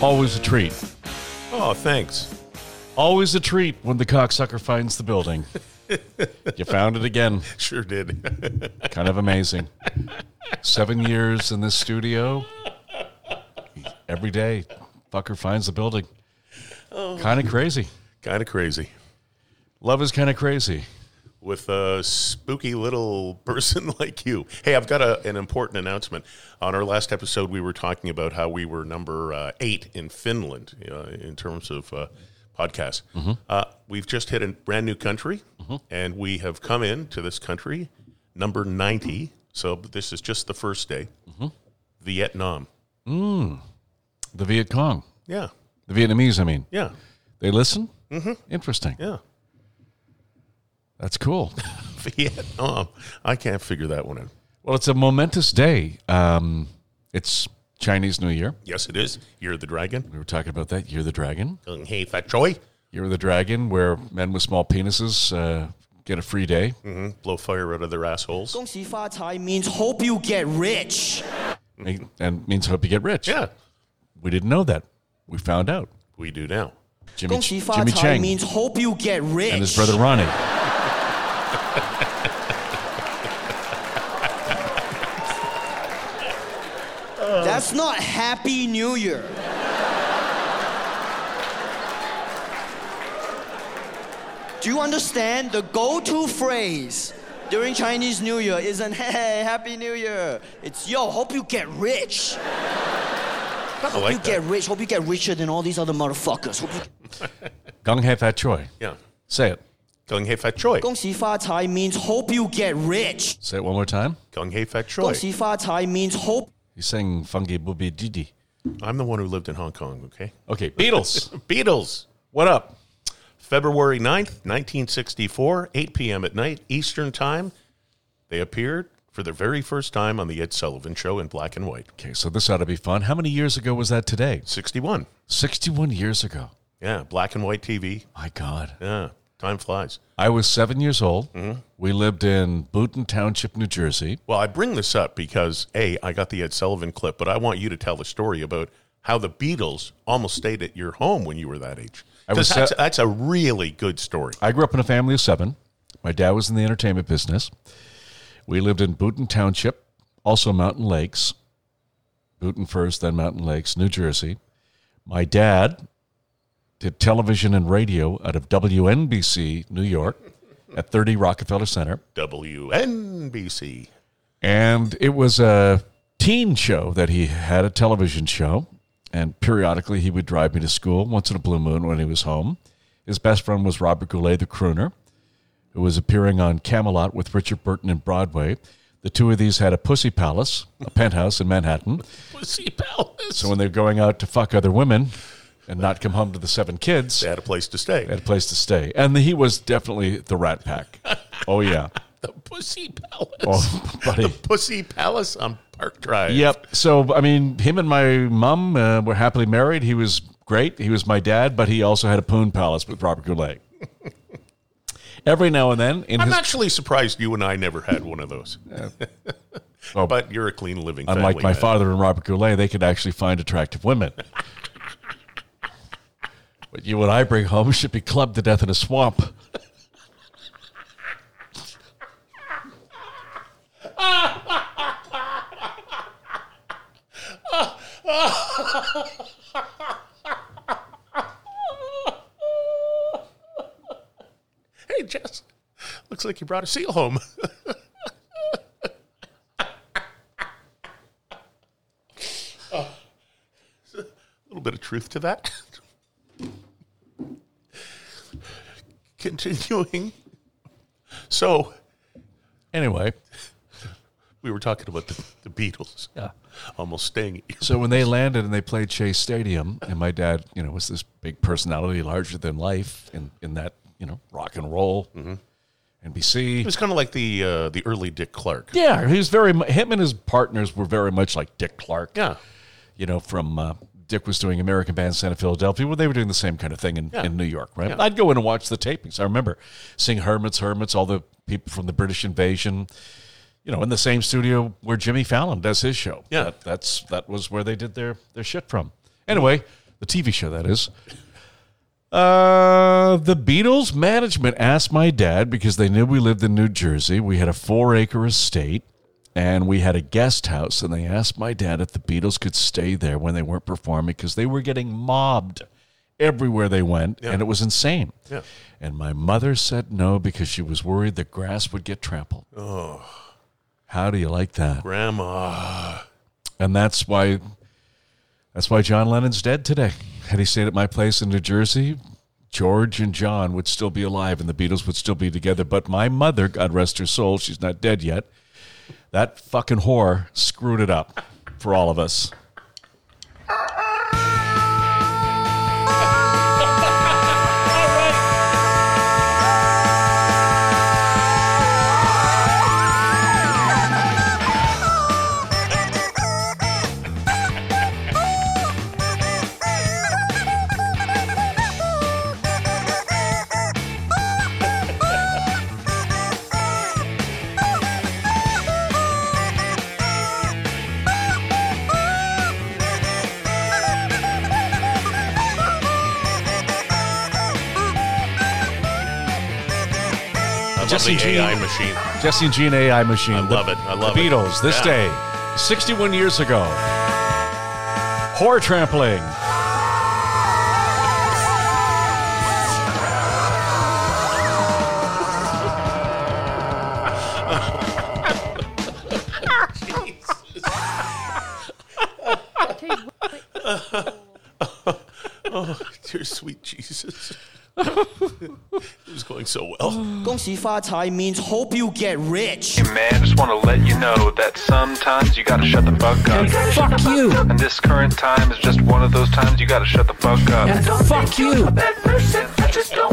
Always a treat. Oh, thanks. Always a treat when the cocksucker finds the building. you found it again. Sure did. Kind of amazing. Seven years in this studio. Every day, fucker finds the building. Kind of crazy. kind of crazy. Love is kind of crazy. With a spooky little person like you. Hey, I've got a, an important announcement. On our last episode, we were talking about how we were number uh, eight in Finland uh, in terms of uh, podcasts. Uh, we've just hit a brand new country, and we have come in to this country number 90. So this is just the first day. Vietnam. The Viet Cong, Yeah. the Vietnamese, I mean, Yeah. they listen. Mm-hmm. Interesting. Yeah. That's cool. Vietnam. I can't figure that one out. Well, it's a momentous day. Um, it's Chinese New Year. Yes, it is. You're the dragon. We were talking about that. You're the dragon. Kung Hei Fat Choi. Year of the Dragon, where men with small penises uh, get a free day. Blow fire out of their assholes. 恭喜发财 means hope you get rich. Make- and means hope you get rich. Yeah, We didn't know that. We found out. we do now. Jimmy, 恭喜发 Jimmy 财 Chang means hope you get rich. and his brother Ronnie. That's not Happy New Year. Do you understand? The go-to phrase during Chinese New Year isn't "Hey, Happy New Year." It's "Yo, hope you get rich. I Hope like you that. get rich. Hope you get richer than all these other motherfuckers." Hope you get- Gung Hei Fat Choi. yeah. Say it. Kung Hei Fat Choi. 恭喜发财 means hope you get rich. Say it one more time. Kung Hei Fat 恭 Choi. 喜发财 means hope. He's saying Fungi Booby Didi. I'm the one who lived in Hong Kong, okay? Okay, Beatles. Beatles. what up? February 9th, 1964, 8 p.m. at night, Eastern Time. They appeared for the very first time on The Ed Sullivan Show in black and white. Okay, so this ought to be fun. How many years ago was that today? 61. 61 years ago. Yeah, black and white TV. My God. Yeah, time flies. I was seven years old. We lived in Booton Township, New Jersey. Well, I bring this up because A, I got the Ed Sullivan clip, but I want you to tell the story about how the Beatles almost stayed at your home when you were that age. I was Because that's, se- that's a really good story. I grew up in a family of seven. My dad was in the entertainment business. We lived in Booton Township, also Mountain Lakes. Booton first, then Mountain Lakes, New Jersey. My dad did television and radio out of WNBC, New York, at 30 Rockefeller Center. WNBC. And it was a teen show that he had a television show. And periodically he would drive me to school once in a blue moon when he was home. His best friend was Robert Goulet, the crooner, who was appearing on Camelot with Richard Burton and Broadway. The two of these had a pussy palace, a penthouse in Manhattan. Pussy Palace. So when they're going out to fuck other women and not come home to the seven kids, they had a place to stay. they had a place to stay. And he was definitely the rat pack. Oh, yeah. the Pussy Palace. Oh, buddy. Pussy Palace on Park Drive. Yep. So I mean, him and my mom uh, were happily married. He was great. He was my dad, but he also had a poon palace with Robert Goulet. Every now and then, in I'm his actually surprised you and I never had one of those. but you're a clean living family. unlike my man. father and Robert Goulet, they could actually find attractive women. what you and I bring home should be clubbed to death in a swamp. Hey, Jess. Looks like you brought a seal home. a little bit of truth to that. Continuing. So, Anyway, we were talking about the, the Beatles. Yeah. Almost staying at your so when they landed and they played Chase Stadium, and my dad, you know, was this big personality, larger than life, in in that you know rock and roll, NBC. It was kind of like the uh, the early Dick Clark. Yeah, he was very mu- him and his partners were very much like Dick Clark. Yeah. you know, from uh, Dick was doing American Bandstand in Philadelphia, where they were doing the same kind of thing in, Yeah. in New York, right? Yeah. I'd go in and watch the tapings. I remember seeing Hermits, Hermits, all the people from the British Invasion, you know, in the same studio where Jimmy Fallon does his show. Yeah. That- that's that was where they did their their shit from. Anyway, the TV show that is. Uh, the Beatles management asked my dad because they knew we lived in New Jersey. We had a four acre estate and we had a guest house. And they asked my dad if the Beatles could stay there when they weren't performing because they were getting mobbed everywhere they went and it was insane. Yeah. And my mother said no because she was worried the grass would get trampled. Oh. How do you like that? Grandma. and that's why that's why John Lennon's dead today. Had he stayed at my place in New Jersey, George and John would still be alive and the Beatles would still be together. But my mother, God rest her soul, she's not dead yet. That fucking whore screwed it up for all of us. I love Jesse the Jean. AI machine. Jesse and Gene AI machine. I The- love it. I love the it. Beatles this Yeah. day, 61 years ago. Whore trampling. Oh, Dear sweet Jesus. it was going so well. 恭喜发财 means hope you get rich. Man, just want to let you know that sometimes you gotta shut the fuck up. Fuck you. And this current time is just one of those times you gotta shut the fuck up. And fuck you. that person. I just don't